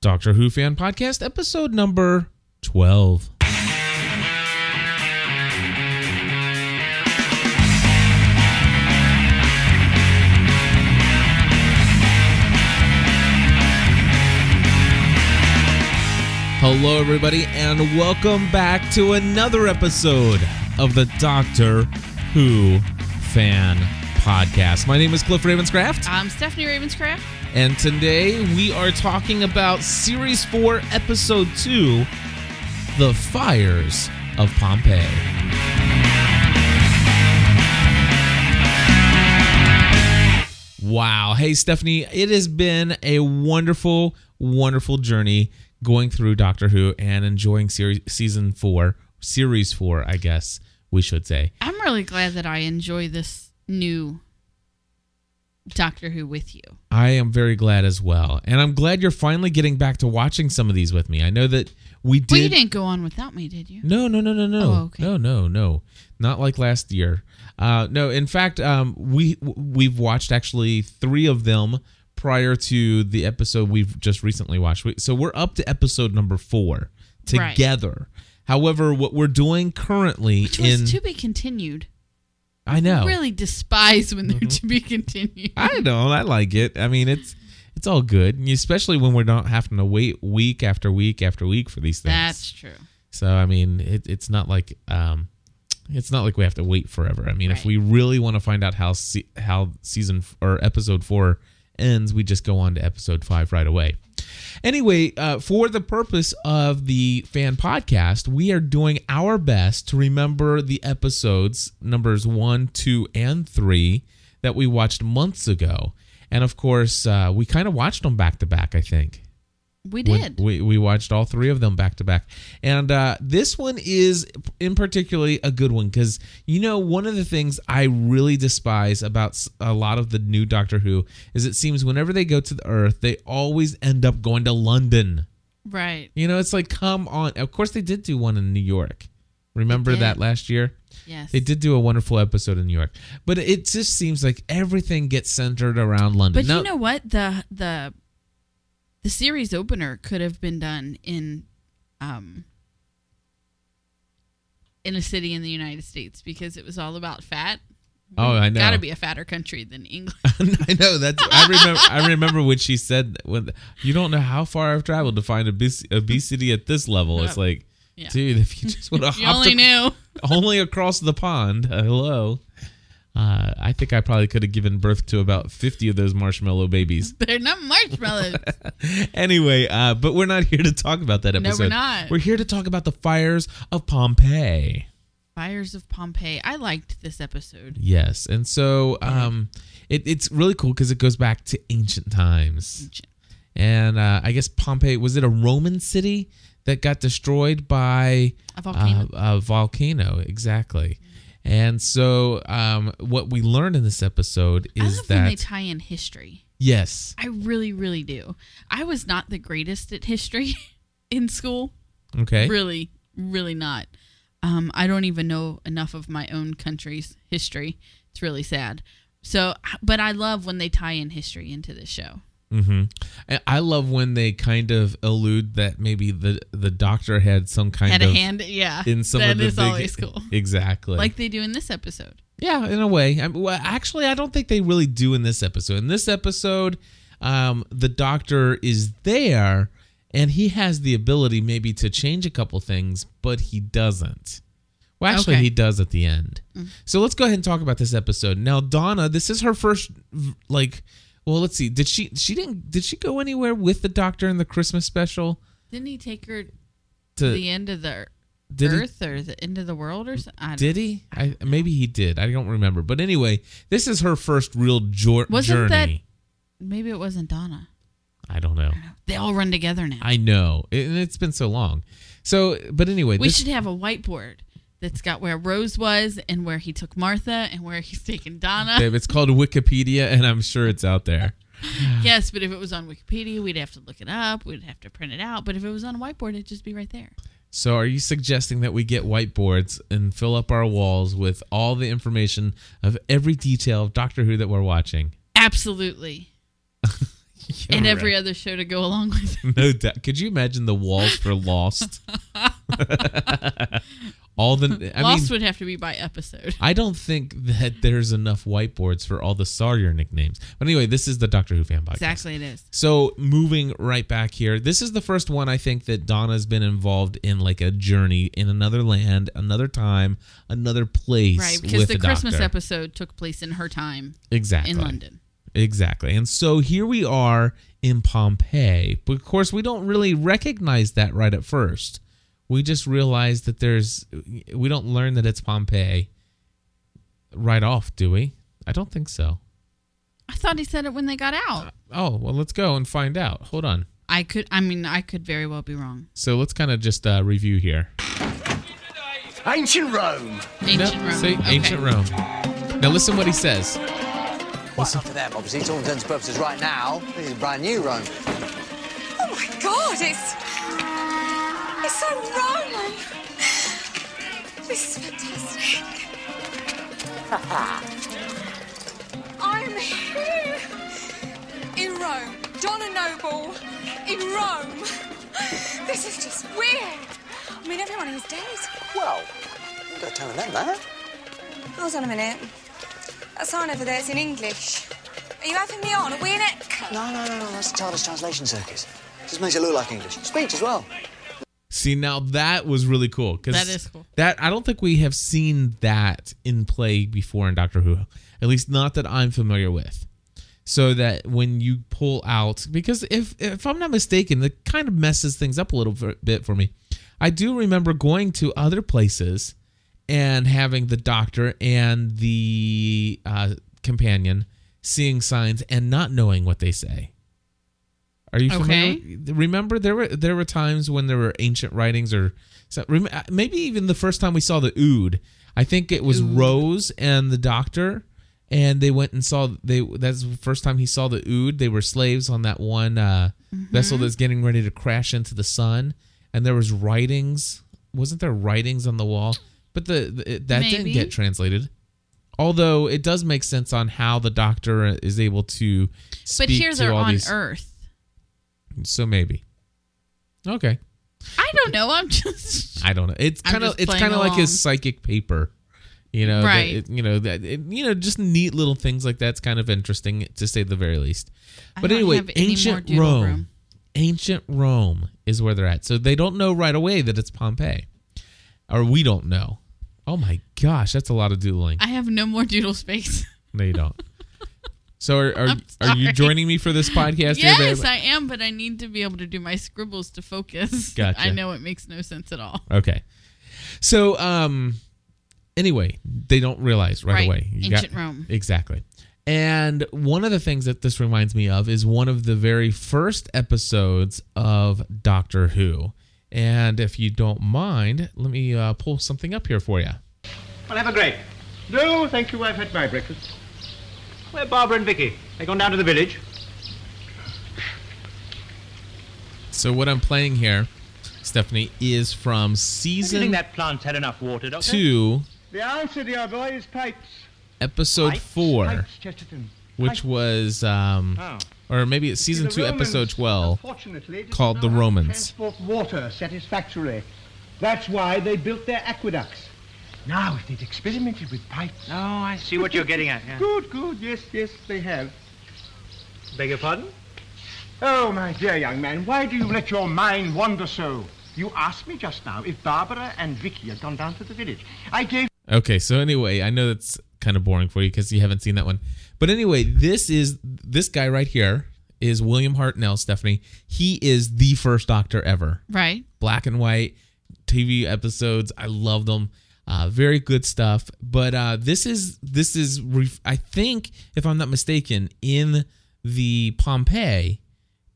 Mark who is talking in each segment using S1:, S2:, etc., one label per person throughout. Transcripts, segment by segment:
S1: Doctor Who Fan Podcast, episode number 12. Hello, everybody, and welcome back to another episode of the Doctor Who Fan Podcast. My name is Cliff Ravenscraft,
S2: I'm Stephanie Ravenscraft.
S1: and today we are talking about Series 4, Episode 2 The Fires of Pompeii. Wow. Hey, Stephanie, it has been a wonderful, wonderful journey going through Doctor Who and enjoying series, season four, series four, I guess we should say.
S2: I'm really glad that I enjoy this new Doctor Who with you.
S1: I am very glad as well. And I'm glad you're finally getting back to watching some of these with me. I know that we did.
S2: Well, you didn't go on without me, did you?
S1: No, no, no, no, no,
S2: Oh, okay.
S1: no, no, no, not like last year. Uh, no, in fact, um, we we've watched actually three of them prior to the episode we've just recently watched. We, so we're up to episode number four
S2: Right.
S1: together. However, what we're doing currently
S2: Which was
S1: in
S2: to be continued.
S1: I know
S2: I really despise when they're to be continued.
S1: Mm-hmm. I don't I like it. I mean it's it's all good, especially when we're not having to wait week after week after week for these things.
S2: That's true.
S1: So I mean, it, it's not like um, it's not like we have to wait forever. I mean, if
S2: Right.
S1: we really want to find out how se- how season f- or episode four ends, we just go on to episode five right away. Anyway, uh, for the purpose of the fan podcast, we are doing our best to remember the episodes numbers one, two, and three that we watched months ago. And of course, uh, we kind of watched them back to back. I think.
S2: We
S1: When-
S2: did.
S1: We, we watched all three of them back to back. And uh, this one is in particularly a good one because, you know, one of the things I really despise about s- a lot of the new Doctor Who is it seems whenever they go to the Earth, they always end up going to London.
S2: right.
S1: You know, it's like, come on. Of course, they did do one in New York. Remember
S2: did.
S1: that last year?
S2: Yes.
S1: They did do a wonderful episode in New York. But it just seems like everything gets centered around London.
S2: But
S1: Now-
S2: you know what? The the the series opener could have been done in um in a city in the United States because it was all about fat.
S1: Oh, I know.
S2: Got to be a fatter country than England.
S1: I know that's. I remember. I remember when she said, that- "When you don't know how far I've traveled to find obes- obesity at this level." It's like,
S2: Yeah.
S1: dude, if you just would have
S2: You only
S1: hopped
S2: knew.
S1: ac- only across the pond. uh, hello. Uh, I think I probably could have given birth to about fifty of those marshmallow babies.
S2: They're not marshmallows.
S1: anyway, uh, but we're not here to talk about that
S2: No, we're
S1: episode.
S2: not.
S1: We're here to talk about the fires of Pompeii.
S2: Fires of Pompeii. I liked this episode.
S1: Yes, and so um, it, it's really cool because it goes back to ancient times. and uh, I guess Pompeii was it a Roman city that got destroyed by
S2: A volcano.
S1: Uh, a volcano exactly. And so, um, what we learned in this episode
S2: I
S1: is
S2: love when they
S1: that
S2: tie in history.
S1: yes,
S2: I really, really do. I was not the greatest at history in school.
S1: okay,
S2: Really, really not. Um, I don't even know enough of my own country's history. It's really sad. So, but I love when they tie in history into this show.
S1: hmm I, I love when they kind of allude that maybe the the doctor had some kind
S2: Had
S1: of
S2: a hand, yeah.
S1: in some
S2: That
S1: of the
S2: is
S1: big-
S2: always cool.
S1: exactly
S2: Like they do in this episode.
S1: Yeah, in a way. I mean, well, actually, I don't think they really do in this episode. In this episode, um, the Doctor is there, and he has the ability maybe to change a couple things, but he doesn't. Well, actually,
S2: Okay. Mm.
S1: he does at the end. So let's go ahead and talk about this episode now. Donna, this is her first, v- like, well, let's see. Did she? She didn't. Did she go anywhere with the Doctor in the Christmas special?
S2: Didn't he take her to
S1: To
S2: the end of the
S1: did he-
S2: earth or the end of the world or something?
S1: Did he? I, maybe he did. I don't remember. But anyway, this is her first real jo- journey.
S2: Wasn't that- Maybe it wasn't Donna.
S1: I don't know.
S2: They all run together now.
S1: I know. It, and it's been so long. So, but anyway,
S2: we
S1: this,
S2: should have a whiteboard that's got where Rose was and where he took Martha and where he's taken Donna.
S1: babe, it's called Wikipedia, and I'm sure it's out there.
S2: yes, but if it was on Wikipedia, we'd have to look it up. We'd have to print it out. But if it was on a whiteboard, it'd just be right there.
S1: So, are you suggesting that we get whiteboards and fill up our walls with all the information of every detail of Doctor Who that we're watching?
S2: Absolutely. and every other show to go along with it.
S1: No doubt. Could you imagine the walls for Lost? all the I
S2: Lost
S1: mean,
S2: would have to be by episode.
S1: I don't think that there's enough whiteboards for all the Sawyer nicknames. But anyway, this is the Doctor Who fan podcast.
S2: Exactly, it is.
S1: So moving right back here, this is the first one I think that Donna's been involved in like a journey in another land, another time, another place.
S2: Right, because
S1: with
S2: the Christmas
S1: doctor.
S2: episode took place in her time
S1: exactly
S2: in London.
S1: Exactly. And so here we are in Pompeii. But of course, we don't really recognize that right at first. We just realize that there's, we don't learn that it's Pompeii right off, do we? I don't think so.
S2: I thought he said it when they got out.
S1: Oh, well, let's go and find out. Hold on.
S2: I could, I mean, I could very well be wrong.
S1: So let's kind of just uh, review here.
S3: Ancient Rome.
S2: Ancient
S1: No,
S2: Rome.
S1: See,
S2: Okay.
S1: ancient Rome. Now listen what he says.
S3: Well, not to them, obviously. It's all intents and purposes right now. This is brand new Rome.
S4: Oh my god, it's. It's so Roman! This is fantastic. I'm here! In Rome. Donna Noble, in Rome. This is just weird. I mean, everyone here's dead.
S3: Well, you've got to tell them that.
S4: Hold on a minute. That sign over there is in English. Are you having me on? Are we in it?
S3: No, no, no, no. That's the TARDIS translation circus. Just makes it look like English. Speech as well.
S1: See, now that was really cool. 'cause
S2: That is cool.
S1: That I don't think we have seen that in play before in Doctor Who, at least not that I'm familiar with. So that when you pull out, because if if I'm not mistaken, that kind of messes things up a little v- bit for me. I do remember going to other places and having the doctor and the uh, companion seeing signs and not knowing what they say. Are you familiar?
S2: Okay.
S1: with- Remember there were there were times when there were ancient writings or so, rem- uh, maybe even the first time we saw the ood. I think it was Rose and the doctor and they went and saw they that's the first time he saw the ood. They were slaves on that one uh,
S2: Mm-hmm.
S1: vessel that's getting ready to crash into the sun and there was writings. Wasn't there writings on the wall? But the, the it- that didn't
S2: Maybe.
S1: get translated. Although it does make sense on how the doctor is able to speak
S2: But here
S1: to
S2: they're
S1: all
S2: on
S1: these,
S2: Earth.
S1: so maybe. Okay.
S2: I don't know. I'm just.
S1: I don't know. It's
S2: I'm
S1: kind of
S2: just
S1: it's
S2: playing
S1: kind of like
S2: along.
S1: his psychic paper. You know, that
S2: Right.
S1: it- you know that it, you know just neat little things like that's kind of interesting to say the very least.
S2: I
S1: But
S2: don't
S1: anyway,
S2: have any more
S1: ancient
S2: doodle
S1: Rome,
S2: room.
S1: ancient Rome is where they're at. So they don't know right away that it's Pompeii, or we don't know. Oh my gosh, that's a lot of doodling.
S2: I have no more doodle space.
S1: no, you don't. So are are,
S2: I'm
S1: are you
S2: sorry.
S1: joining me for this podcast? here,
S2: yes,
S1: babe?
S2: I am, but I need to be able to do my scribbles to focus.
S1: Gotcha.
S2: I know it makes no sense at all.
S1: Okay. So um anyway, they don't realize right,
S2: Right.
S1: away.
S2: Ancient Rome.
S1: Exactly. And one of the things that this reminds me of is one of the very first episodes of Doctor Who. And if you don't mind, let me uh, pull something up here for you.
S5: Well, have a grape. No, thank you. I've had my breakfast. Where Barbara and Vicky? They gone down to the village.
S1: So what I'm playing here, Stephanie, is from
S5: Do you think
S1: season
S5: that plant's had enough water, Doctor?
S1: two,
S5: The answer to your boy is pipes.
S1: episode
S5: Pipes,
S1: four,
S5: Pipes, Chesterton.
S1: which was um,
S5: Oh.
S1: or maybe it's season
S5: The
S1: two,
S5: Romans,
S1: episode twelve.
S5: unfortunately, didn't
S1: called
S5: know
S1: the
S5: how to
S1: Romans.
S5: Transport water satisfactorily. That's why they built their aqueducts. Now, if they'd experimented with pipes.
S6: Oh, I see what you're getting at. Yeah.
S5: Good, good. Yes, yes, they have.
S6: Beg your pardon?
S5: Oh, my dear young man, why do you let your mind wander so? You asked me just now if Barbara and Vicky had gone down to the village. I gave
S1: Okay, so anyway, I know that's kind of boring for you because you haven't seen that one. But anyway, this is this guy right here is William Hartnell, Stephanie. He is the first Doctor ever.
S2: Right?
S1: Black and white TV episodes. I love them. Uh, very good stuff. But uh, this is this is re- I think if I'm not mistaken in the Pompeii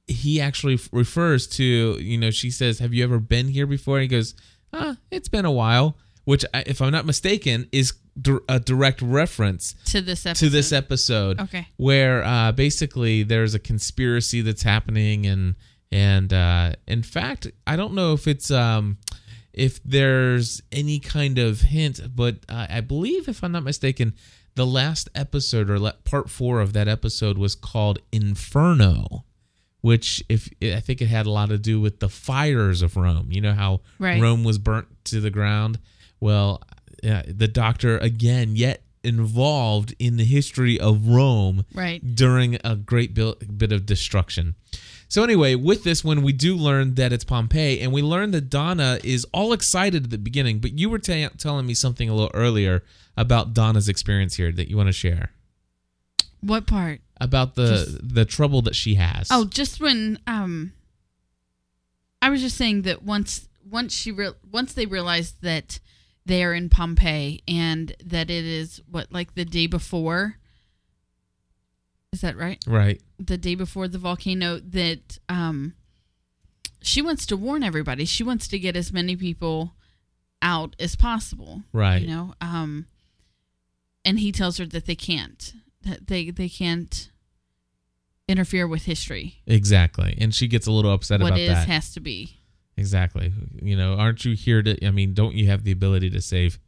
S1: he actually f- refers to you know she says have you ever been here before and he goes ah it's been a while which I, if i'm not mistaken is dir- a direct reference
S2: To this episode.
S1: to this episode
S2: Okay.
S1: where uh, basically there's a conspiracy that's happening and and uh, in fact i don't know if it's um if there's any kind of hint but uh, i believe if i'm not mistaken the last episode or la- part four of that episode was called inferno which if I think it had a lot to do with the fires of Rome. You know how
S2: Right.
S1: Rome was burnt to the ground. Well, uh, the doctor again yet involved in the history of Rome
S2: Right.
S1: during a great bil- bit of destruction. So anyway, with this one, we do learn that it's Pompeii, and we learn that Donna is all excited at the beginning. But you were ta- telling me something a little earlier about Donna's experience here that you want to share
S2: What part?
S1: about the the trouble that she has.
S2: Oh, just when um, I was just saying that once once she re- once they realized that they are in Pompeii and that it is what like the day before. Is that right?
S1: right.
S2: The day before the volcano that um, she wants to warn everybody. She wants to get as many people out as possible.
S1: Right.
S2: You know. Um, and he tells her that they can't. That they they can't interfere with history.
S1: Exactly. And she gets a little upset
S2: What
S1: about
S2: is
S1: that.
S2: has to be
S1: exactly. You know, aren't you here to I mean, don't you have the ability to save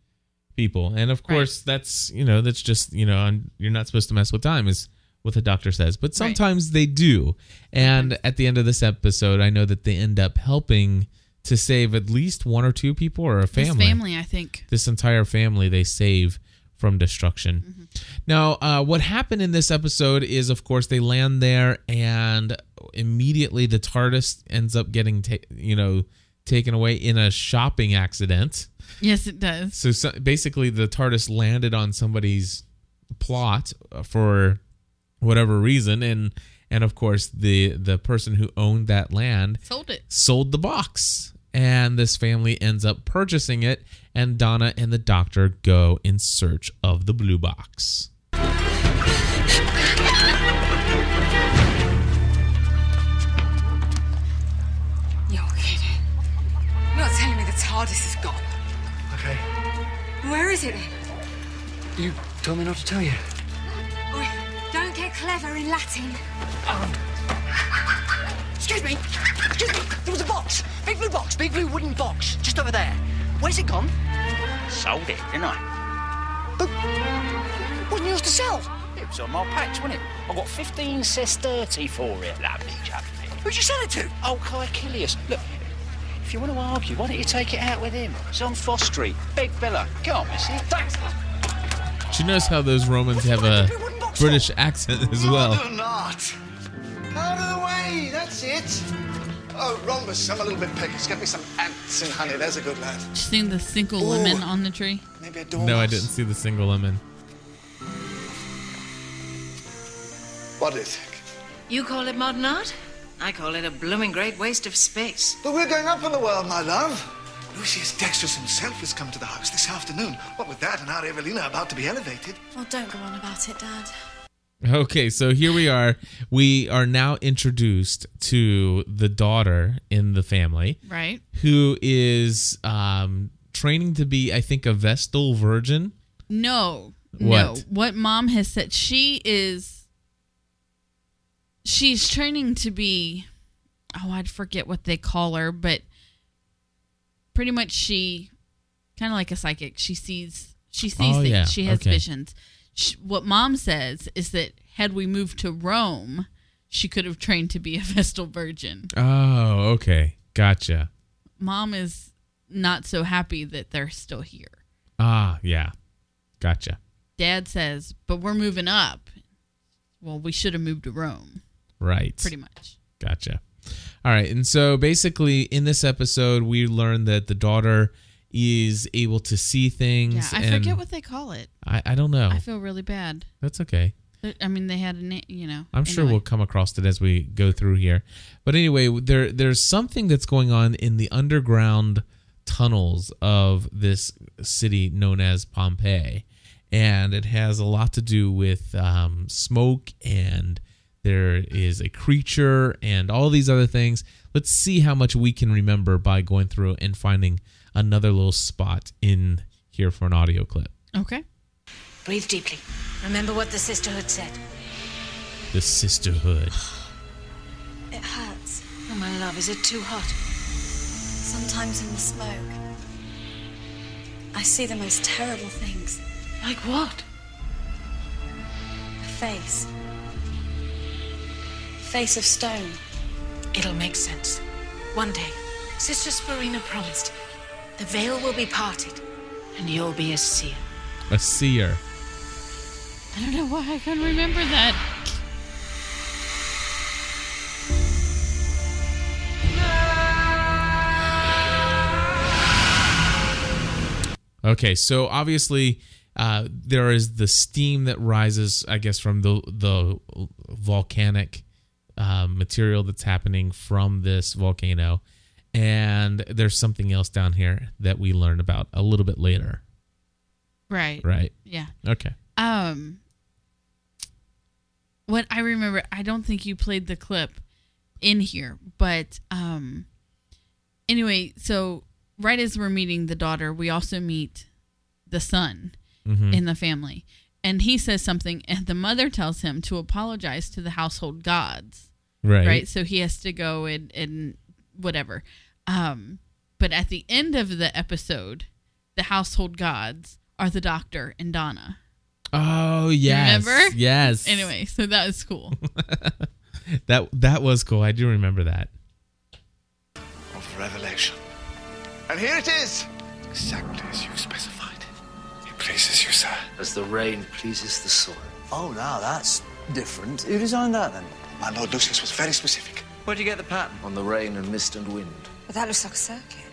S1: people? And of
S2: Right.
S1: course, that's, you know, that's just, you know, and you're not supposed to mess with time is what the doctor says. But sometimes they do. And at the end of this episode, I know that they end up helping to save at least one or two people or a
S2: His family. I think
S1: this entire family they save from destruction. Now, uh, what happened in this episode is, of course, they land there, and immediately the TARDIS ends up getting, ta- you know, taken away in a shopping accident.
S2: yes, it does.
S1: So, so basically, the TARDIS landed on somebody's plot uh, for whatever reason, and and of course, the the person who owned that land
S2: Sold it.
S1: sold the box and this family ends up purchasing it and donna and the doctor go in search of the blue box
S4: You're kidding. You're not telling me the TARDIS is gone.
S7: Okay.
S4: Where is it then?
S7: You told me not to tell you.
S4: Oi, don't get clever in Latin.
S7: Excuse me. Excuse me. There was a box. Big blue box. Big blue wooden box. Just over there. Where's it gone?
S8: Sold it, didn't I?
S7: Wasn't yours to sell.
S8: It was on my patch, wasn't it? I got 15 cess 30 for it. Lovely jubbly.
S7: Who'd you sell it to?
S8: Oh, Caecilius, look, if you want to argue, why don't you take it out with him? It's on Foss Street, big villa. Can't miss it. Thanks.
S1: she knows how those romans have a british accent as well
S9: not. Out of the way, that's it. Oh, rhombus, I'm a little bit peckish. Get me some ants and honey, there's a good lad.
S2: Just Seen the single lemon
S9: Ooh.
S2: on the tree.
S9: Maybe a dormouse.
S1: no i didn't see the single lemon
S9: What do you think?
S10: You call it modern art? I call it a blooming great waste of space.
S9: But we're going up in the world, my love. Lucius Dextrous himself has come to the house this afternoon. What with that and our Evelina about to be elevated.
S4: Oh, don't go on about it, Dad.
S1: okay so here we are we are now introduced to the daughter in the family
S2: Right.
S1: who is um, training to be i think a vestal virgin
S2: No. No.
S1: What?
S2: What mom has said. She is. She's training to be. Oh, I'd forget what they call her, but pretty much she, kind of like a psychic. She sees. She sees
S1: Oh,
S2: things.
S1: yeah.
S2: She has
S1: Okay.
S2: visions. She, what mom says is that had we moved to Rome, she could have trained to be a Vestal virgin.
S1: oh okay gotcha
S2: Mom is not so happy that they're still here.
S1: ah yeah gotcha
S2: dad says, but we're moving up. Well, we should have moved to Rome,
S1: right
S2: pretty much.
S1: Gotcha. All right. And so basically, in this episode, we learn that the daughter is able to see
S2: Yeah,
S1: things.
S2: I
S1: and
S2: forget what they call it.
S1: I, I don't know.
S2: I feel really bad.
S1: That's okay.
S2: But, I mean, they had a name, you know.
S1: I'm sure
S2: anyway.
S1: we'll come across it as we go through here. But anyway, there there's something that's going on in the underground tunnels of this city known as Pompeii, and it has a lot to do with um, smoke and there is a creature and all these other things. Let's see how much we can remember by going through and finding another little spot in here for an audio clip.
S2: Okay.
S10: Breathe deeply. Remember what the sisterhood said.
S1: The sisterhood.
S4: It hurts.
S10: Oh, my love, is it too hot?
S4: Sometimes in the smoke, I see the most terrible things.
S10: Like what?
S4: A face. A face of stone.
S11: It'll make sense. One day, Sister Sparina promised, the veil will be parted, and you'll be a seer.
S1: A seer.
S2: I don't know why I couldn't remember that.
S1: Okay, so obviously uh, there is the steam that rises, I guess, from the the volcanic uh, material that's happening from this volcano, and there's something else down here that we learn about a little bit later,
S2: Right.
S1: right?
S2: Yeah.
S1: Okay.
S2: Um, what I remember, I don't think you played the clip in here, but um, anyway, so right as we're meeting the daughter, we also meet the son
S12: Mhm.
S2: in the family, and he says something, and the mother tells him to apologize to the household gods,
S12: Right.
S2: Right, so he has to go and and whatever. Um, but at the end of the episode, the household gods are the doctor and Donna.
S1: Oh yes,
S2: Remember?
S1: yes.
S2: Anyway, so that was cool.
S1: that that was cool. I do remember that.
S9: Of revelation. And here it is! Exactly as you specified. It pleases you, sir.
S3: As the rain pleases the soil. Oh, now that's different. Who designed that then? My Lord Lucius was very specific. Where'd you get the pattern? On the rain and mist and wind,
S4: But that looks like a circuit.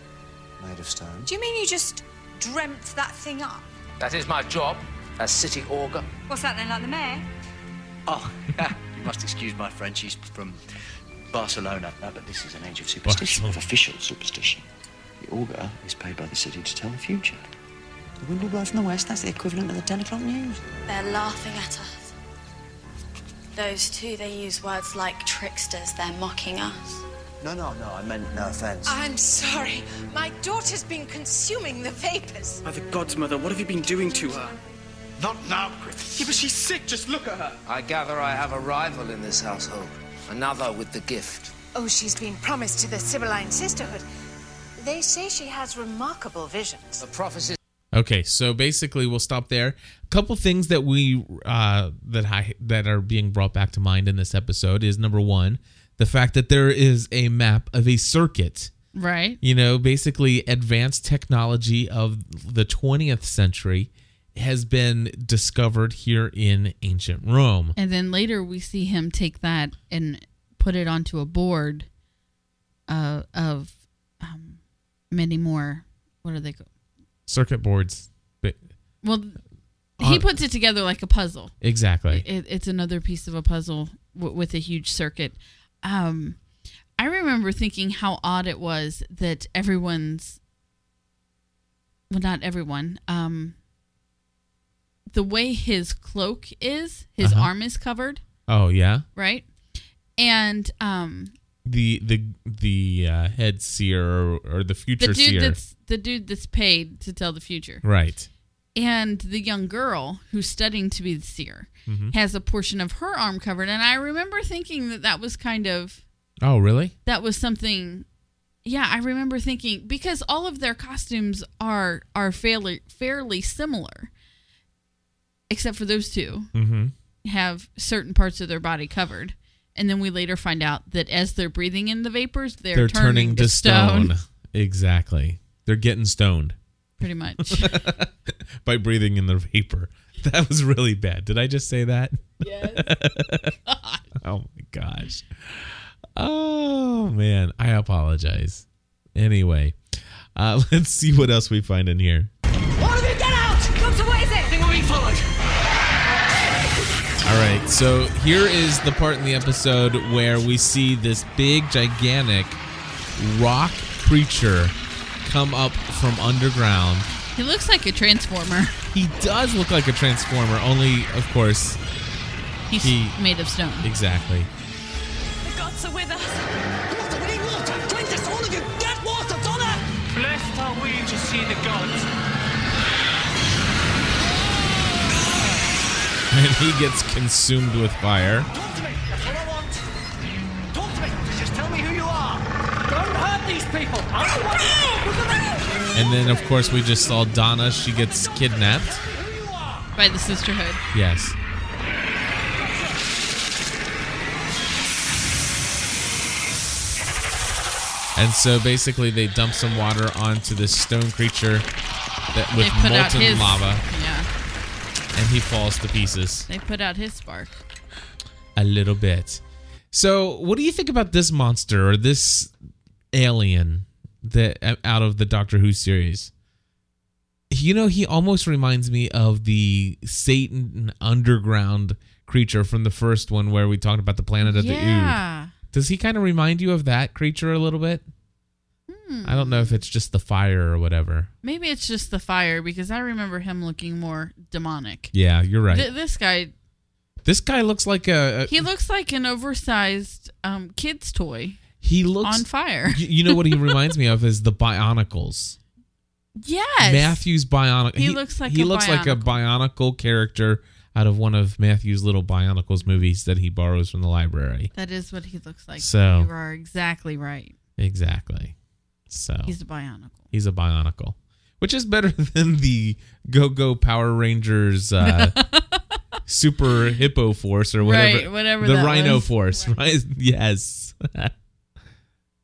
S3: made of stone.
S4: Do you mean you just dreamt that thing up?
S3: That is my job as city augur.
S4: What's that then, like the mayor?
S8: Oh, you must excuse my French. He's from Barcelona. No, but this is an age of superstition, of official superstition. The augur is paid by the city to tell the future. The wind will blow from the west. That's the equivalent of the 10 o'clock news.
S13: They're laughing at us. Those two, they use words like tricksters. They're mocking us.
S3: No, no, no, I meant no offense.
S11: I'm sorry. My daughter's been consuming the vapors.
S14: By the gods, mother, what have you been doing to her? Not now, Griffith. Yeah, but she's sick. Just look at her.
S3: I gather I have a rival in this household. Another with the gift.
S11: Oh, she's been promised to the Sibylline Sisterhood. They say she has remarkable visions.
S3: The prophecies.
S1: Okay, so basically we'll stop there. A couple things that we uh, that I that are being brought back to mind in this episode is number one, the fact that there is a map of a circuit.
S2: Right.
S1: You know, basically advanced technology of the 20th century has been discovered here in ancient Rome.
S2: And then later we see him take that and put it onto a board uh, of um, many more. What are they? called?
S1: Circuit boards. But
S2: Well, he
S1: Uh,
S2: puts it together like a puzzle.
S1: Exactly.
S2: It, it's another piece of a puzzle w- with a huge circuit. Um, I remember thinking how odd it was that everyone's, well, not everyone, um, the way his cloak is, his
S1: Uh-huh.
S2: arm is covered,
S1: Oh yeah.
S2: right? And um,
S1: The the the uh, head seer or, or the
S2: the
S1: future
S2: dude
S1: seer.
S2: that's the dude that's paid to tell the future,
S1: right.
S2: and the young girl who's studying to be the seer
S1: Mhm.
S2: has a portion of her arm covered and i remember thinking that that was kind of
S1: Oh really?
S2: that was something yeah i remember thinking because all of their costumes are are fairly fairly similar except for those two
S1: Mhm.
S2: have certain parts of their body covered and then we later find out that as they're breathing in the vapors they're, turning, to stone.
S1: Exactly. They're getting stoned
S2: pretty much
S1: by breathing in the vapor. That was really bad. Did I just say that?
S2: Yes.
S1: oh my gosh. Oh man, I apologize. Anyway, uh, let's see what else we find in here.
S4: All of you get out! Doctor, what is it? I think we're being followed.
S1: All right, so here is the part in the episode where we see this big, gigantic rock creature come up from underground.
S2: he looks like a transformer
S1: He does look like a transformer, only of course
S2: He's made of stone.
S1: Exactly.
S4: The gods are with us. Water, we need water. Drink this, all of you. Get water, Donna!
S6: Blessed are we to see the gods.
S1: And he gets consumed with fire.
S7: Talk to me. That's what I want. Talk to me. Just tell me who you are. Don't hurt these people. I don't want to.
S1: And then of course we just saw Donna, she gets kidnapped.
S2: by the sisterhood
S1: Yes. And so basically, they dump some water onto this stone creature that with
S2: They put out
S1: molten
S2: his-
S1: lava,
S2: Yeah.
S1: and he falls to pieces
S2: They put out his spark.
S1: a little bit. So, what do you think about this monster or this alien that uh, out of the Doctor Who series? You know, he almost reminds me of the Satan underground creature from the first one where we talked about the planet of the
S2: Yeah.
S1: Ooh. Does he kind of remind you of that creature a little bit?
S2: Hmm.
S1: I don't know if it's just the fire or whatever.
S2: Maybe it's just the fire because I remember him looking more demonic.
S1: Yeah, you're right. Uh,
S2: Th- this guy,
S1: this guy looks like a, a
S2: he looks like an oversized um, kid's toy.
S1: He looks
S2: on fire.
S1: Y- You know what he reminds me of is the Bionicles.
S2: yes.
S1: Matthew's Bionic.
S2: He looks like
S1: he
S2: a
S1: looks like a Bionicle character out of one of Matthew's little Bionicles movies that he borrows from the library.
S2: That is what he looks like.
S1: So-
S2: you are exactly right.
S1: Exactly. So
S2: He's a bionicle.
S1: He's a Bionicle, which is better than the Go Go Power Rangers. Uh, Super Hippo Force or whatever,
S2: Right, whatever
S1: the
S2: that
S1: Rhino
S2: was.
S1: Force, right? Yes.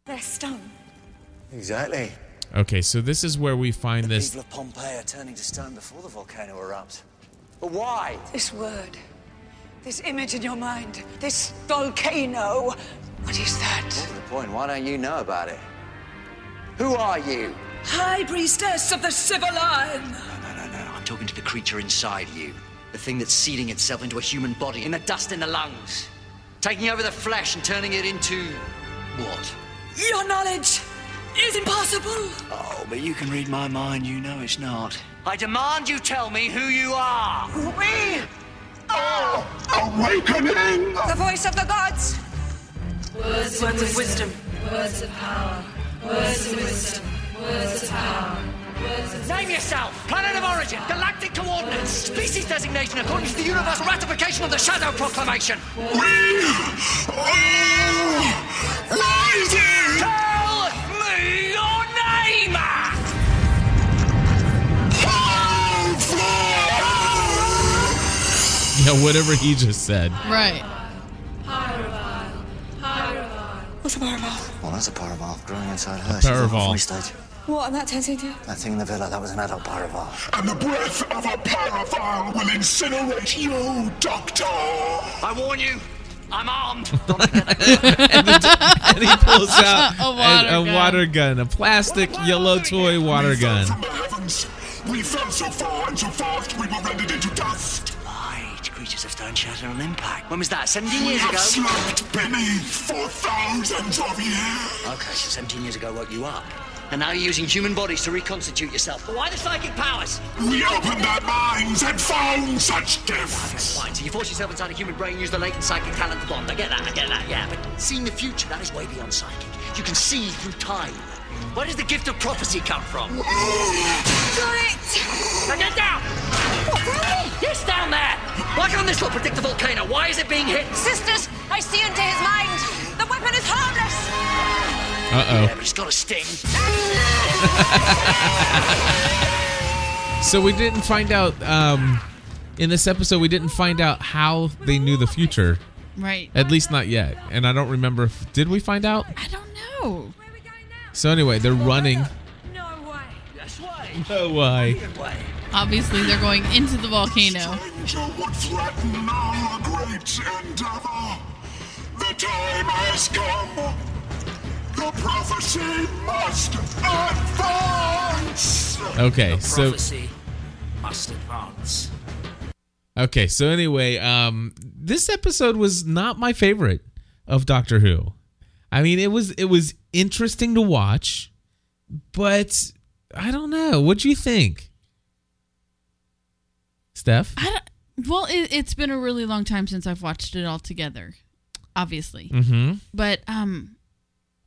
S4: They're stone.
S3: Exactly.
S1: okay, so this is where we find
S3: The
S1: this
S3: people of Pompeii are turning to stone before the volcano erupts. But why?
S4: This word, this image in your mind, this volcano. What is that?
S3: What's the point? Why don't you know about it? Who are you?
S4: High priestess of the Sibylline.
S8: I'm talking to the creature inside you. The thing that's seeding itself into a human body, in the dust in the lungs. Taking over the flesh and turning it into. what?
S4: Your knowledge is impossible.
S8: Oh, but you can read my mind, you know it's not. I demand you tell me who you are!
S4: We are
S8: Awakening!
S4: the voice of the gods.
S12: Words of wisdom. Words of power. Words of wisdom. Words of power. Words of
S7: Name yourself! Planet of origin! Galactic coordinates! Species designation according to the universal ratification of the Shadow Proclamation! We are rising! Tell me your name!
S1: Yeah, whatever he just said.
S2: Right.
S4: What's a marvel?
S3: Well, that's a pyromorph growing inside her.
S1: A
S3: She's on
S1: pyromorph.
S3: the fully stage.
S4: What and that turns into?
S3: That thing in the villa, that was an adult pyromorph.
S15: And the breath of a pyrophile will incinerate you, Doctor! I warn you, I'm armed!
S1: and he pulls out
S15: A
S1: a
S15: water
S1: water, a,
S15: gun.
S1: water gun, a plastic yellow toy water gun.
S15: From the heavens, we fell so far and so fast we were rendered into dust.
S8: Right, creatures of stone shatter on impact. When was that? 17
S15: We
S8: years
S15: have
S8: ago?
S15: slept beneath for thousands of years.
S8: Okay, so 17 years ago woke you up. And now you're using human bodies to reconstitute yourself. But why the psychic powers?
S15: We opened their minds and found such
S8: That's
S15: gifts.
S8: Fine, so you force yourself inside a human brain, use the latent psychic talent to bond. I get that, I get that, yeah. But seeing the future, that is way beyond psychic. You can see through time. Where does the gift of prophecy come from? Now get down! Yes, down there! Why can't this lot predict the volcano? Why is it being hit?
S4: Sisters, I see into his mind. The weapon is harmless.
S1: Uh-oh.
S8: Yeah, but it's got a sting.
S1: So we didn't find out um, in this episode. We didn't find out how they knew the future.
S2: Right.
S1: At least not yet. And I don't remember. If, did we find out?
S2: I don't know.
S1: So anyway, they're running.
S8: That's why.
S1: No way.
S2: Obviously, they're going into the volcano.
S15: Danger would threaten our great endeavor. The time has come. The prophecy must advance.
S1: Okay,
S6: The
S1: so-
S6: prophecy must advance.
S1: Okay. So anyway, um, this episode was not my favorite of Doctor Who. I mean, it was it was interesting to watch, but I don't know. What do you think, Steph?
S2: Well, it, it's been a really long time since I've watched it all together, obviously.
S1: Mhm.
S2: But um,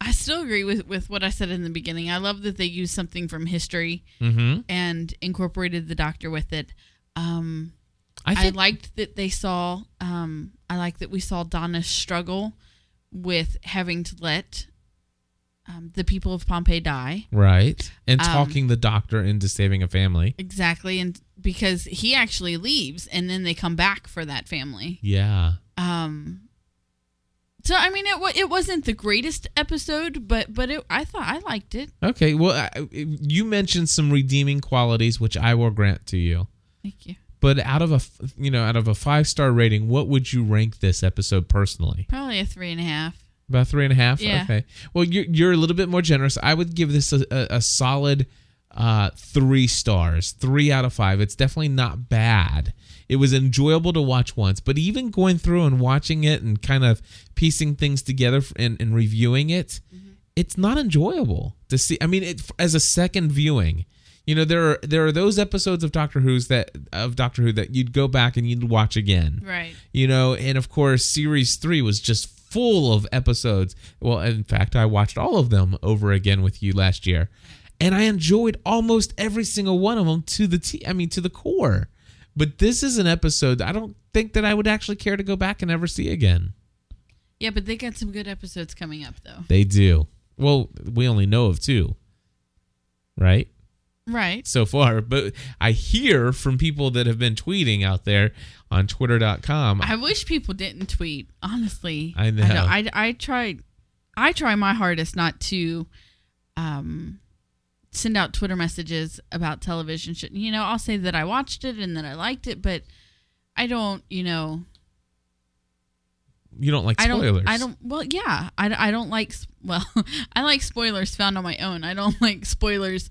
S2: I still agree with with what I said in the beginning. I love that they used something from history
S1: Mhm.
S2: and incorporated the Doctor with it. Um,
S1: I
S2: I,
S1: think-
S2: liked that they saw. Um, I like that we saw Donna's struggle with having to let um, the people of Pompeii die.
S1: Right. And
S2: Um,
S1: talking the doctor into saving a family.
S2: Exactly, and because he actually leaves, and then they come back for that family.
S1: Yeah.
S2: Um, So I mean, it wa- it wasn't the greatest episode, but but it, I thought I liked it.
S1: Okay, well, I, you mentioned some redeeming qualities, which I will grant to you.
S2: Thank you.
S1: But out of a f- you know out of a five star rating, what would you rank this episode personally?
S2: Probably a three and a half.
S1: About three and a half.
S2: Yeah.
S1: Okay. Well, you're you're a little bit more generous. I would give this a, a, a solid uh, three stars, three out of five. It's definitely not bad. It was enjoyable to watch once, but even going through and watching it and kind of piecing things together f- and, and reviewing it,
S2: Mm-hmm.
S1: it's not enjoyable to see. I mean, it as a second viewing. You know, there are there are those episodes of Doctor Who's that of Doctor Who that you'd go back and you'd watch again
S2: Right.
S1: you know and of course series three was just full of episodes well in fact i watched all of them over again with you last year and i enjoyed almost every single one of them to the t i mean to the core but this is an episode that i don't think that i would actually care to go back and ever see again
S2: Yeah, but they got some good episodes coming up though.
S1: they do well we only know of two right
S2: Right.
S1: so far but i hear from people that have been tweeting out there on twitter.com
S2: I wish people didn't tweet. Honestly,
S1: I know.
S2: I, don't- I, I try, I try my hardest not to, um, send out Twitter messages about television shit. You know, I'll say that I watched it and that I liked it, but I don't. You know,
S1: you don't like
S2: I don't.
S1: spoilers
S2: I don't. Well, yeah, I, I don't like. s- Well, I like spoilers found on my own. I don't like spoilers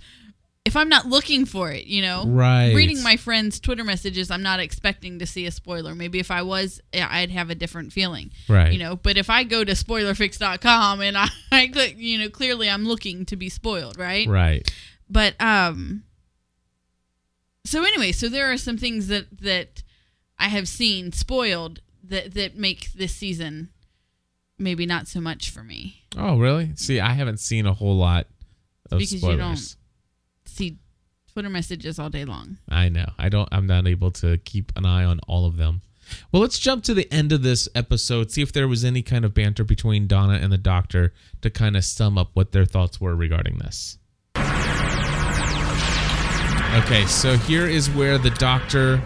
S2: if I'm not looking for it. You know,
S1: Right.
S2: Reading my friends' Twitter messages, I'm not expecting to see a spoiler. Maybe if I was, yeah, I'd have a different feeling.
S1: Right.
S2: You know, but if I go to spoilerfix.com and I, I click, you know, clearly I'm looking to be spoiled, right?
S1: right
S2: but um so anyway so there are some things that that i have seen spoiled that that make this season maybe not so much for me
S1: Oh, really? See, I haven't seen a whole lot of
S2: because
S1: spoilers.
S2: you don't see twitter messages all day long
S1: I know. I don't. I'm not able to keep an eye on all of them. Well, let's jump to the end of this episode. See if there was any kind of banter between Donna and the Doctor to kind of sum up what their thoughts were regarding this. Okay, so here is where the Doctor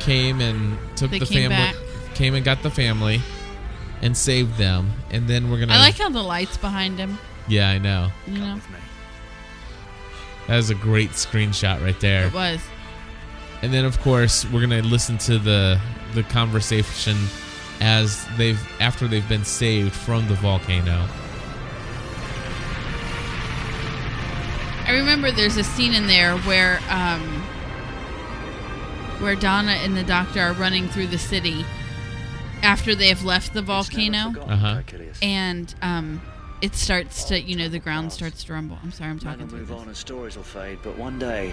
S1: came and took
S2: They
S1: the
S2: came
S1: family,
S2: back.
S1: came and got the family, and saved them. And then we're gonna.
S2: i like how the lights behind him
S1: Yeah, I know.
S2: you know
S1: That was a great screenshot right there.
S2: it was
S1: And then, of course, we're gonna listen to the the conversation as they've after they've been saved from the volcano.
S2: i remember there's a scene in there where um where donna and the doctor are running through the city after they have left the volcano
S1: Uh huh.
S2: and um, it starts to you know the ground starts to rumble. I'm sorry, I'm
S8: Man
S2: talking
S8: will
S2: through
S8: move
S2: this.
S8: on and stories will fade, but one day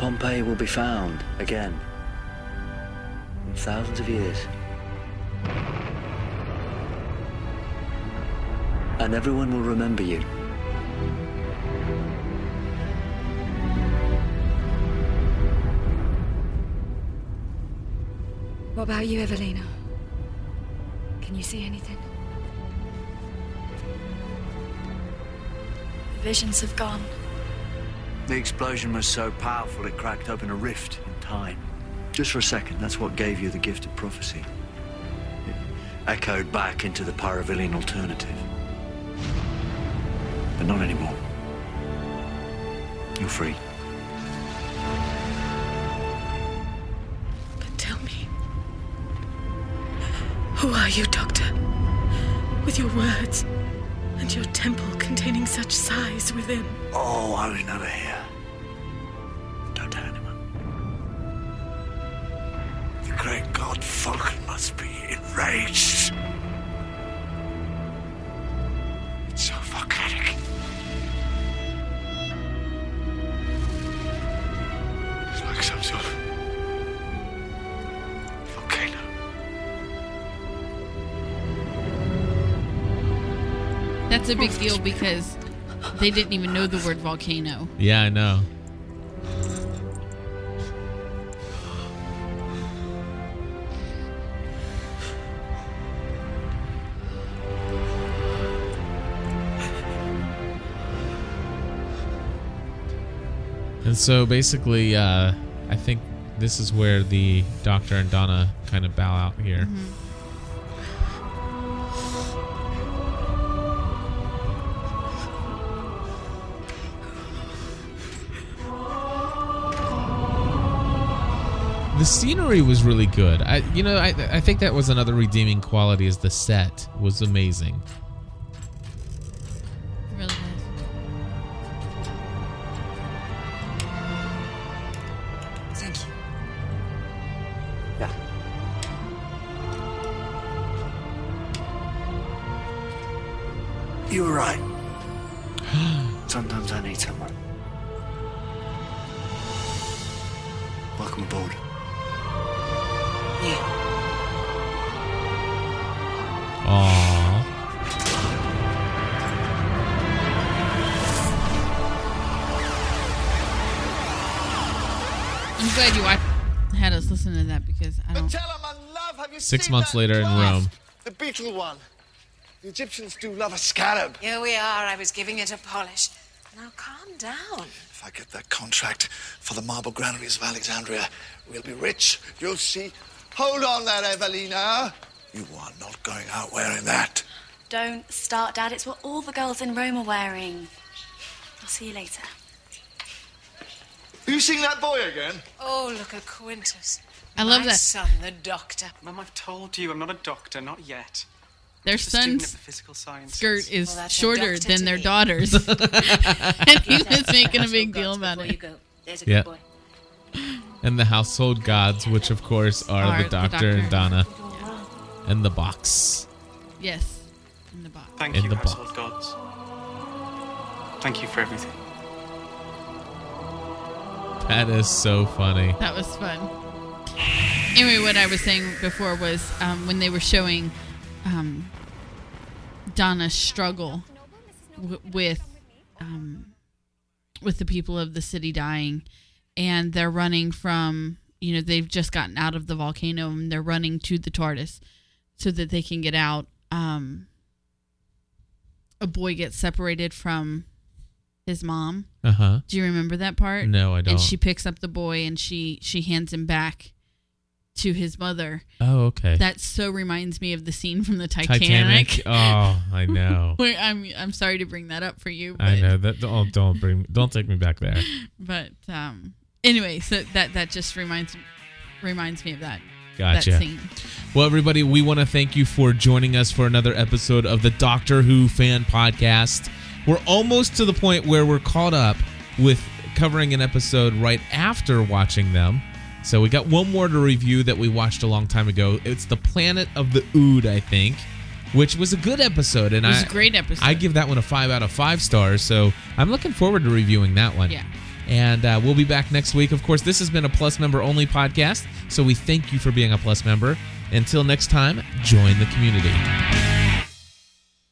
S8: Pompeii will be found again. In thousands of years. And everyone will remember you.
S12: What about you, Evelina? Can you see anything?
S13: The visions have gone.
S8: The explosion was so powerful it cracked open a rift in time. Just for a second, that's what gave you the gift of prophecy. It echoed back into the Pyrovillian alternative. But not anymore. You're free.
S11: But tell me. Who are you, Doctor? With your words and your temple containing such sighs within.
S8: Oh, I was never here. Don't tell anyone.
S15: The great god Vulcan must be enraged. It's so volcanic. It's like some sort of volcano.
S2: That's a big deal because they didn't even know the word volcano.
S1: Yeah, I know. And so basically, uh, I think this is where the doctor and Donna kind of bow out here. The scenery was really good. I, you know, I, I think that was another redeeming quality. Is the set was amazing.
S2: Really nice.
S12: Thank you.
S8: You were right. Sometimes I need someone. Welcome aboard.
S1: Aww.
S2: I'm glad you watched, had us listen to that because I don't.
S1: Six months later in Rome.
S9: The beetle one. The Egyptians do love a scarab.
S11: Here we are. I was giving it a polish. Now calm down.
S9: If I get that contract for the marble granaries of Alexandria, we'll be rich. You'll see. Hold on there, Evelina. You are not going out wearing that.
S13: Don't start, Dad. It's what all the girls in Rome are wearing. I'll see you later.
S9: Have you seen that boy again?
S11: Oh, look at Quintus.
S2: I love
S11: My
S2: that.
S11: son, the doctor.
S14: Mum, I've told you I'm not a doctor, not yet.
S2: Their
S14: Just a student
S2: son's
S14: of the physical sciences.
S2: skirt is
S11: that's a
S2: shorter
S11: doctor
S2: than
S11: to
S2: their
S11: me.
S2: daughter's. and he was making a big deal about
S10: eh?
S2: it.
S11: There's
S1: a good Yeah. boy. And the household gods, which of course are,
S2: Are
S1: the,
S2: the
S1: doctor
S2: Doctor.
S1: and Donna. And the box.
S2: Yes, in the box.
S14: Thank
S1: In
S14: you,
S1: the
S14: household gods. Thank you for everything.
S1: That is so funny.
S2: That was fun. Anyway, what I was saying before was um, when they were showing um, Donna's struggle w- with um, with the people of the city dying, and they're running from you know they've just gotten out of the volcano and they're running to the TARDIS so that they can get out. Um, a boy gets separated from his mom.
S1: Uh-huh.
S2: Do you remember that part?
S1: No, I don't.
S2: And she picks up the boy and she she hands him back to his mother.
S1: Oh, okay.
S2: That so reminds me of the scene from the Titanic.
S1: Titanic. Oh, I know.
S2: Where I'm I'm sorry to bring that up for you. But,
S1: I know that. Don't don't bring. Don't take me back there.
S2: But um, anyway, so that that just reminds reminds me of that.
S1: Gotcha.
S2: That scene.
S1: Well, everybody, we want to thank you for joining us for another episode of the Doctor Who Fan Podcast. We're almost to the point where we're caught up with covering an episode right after watching them. So we got one more to review that we watched a long time ago. It's the Planet of the Ood, I think, which was a good episode, and
S2: It was
S1: I-
S2: a great episode.
S1: I give that one a five out of five stars. So I'm looking forward to reviewing that one.
S2: Yeah.
S1: And uh, we'll be back next week. Of course, this has been a Plus member only podcast. So we thank you for being a Plus member. Until next time, join the community.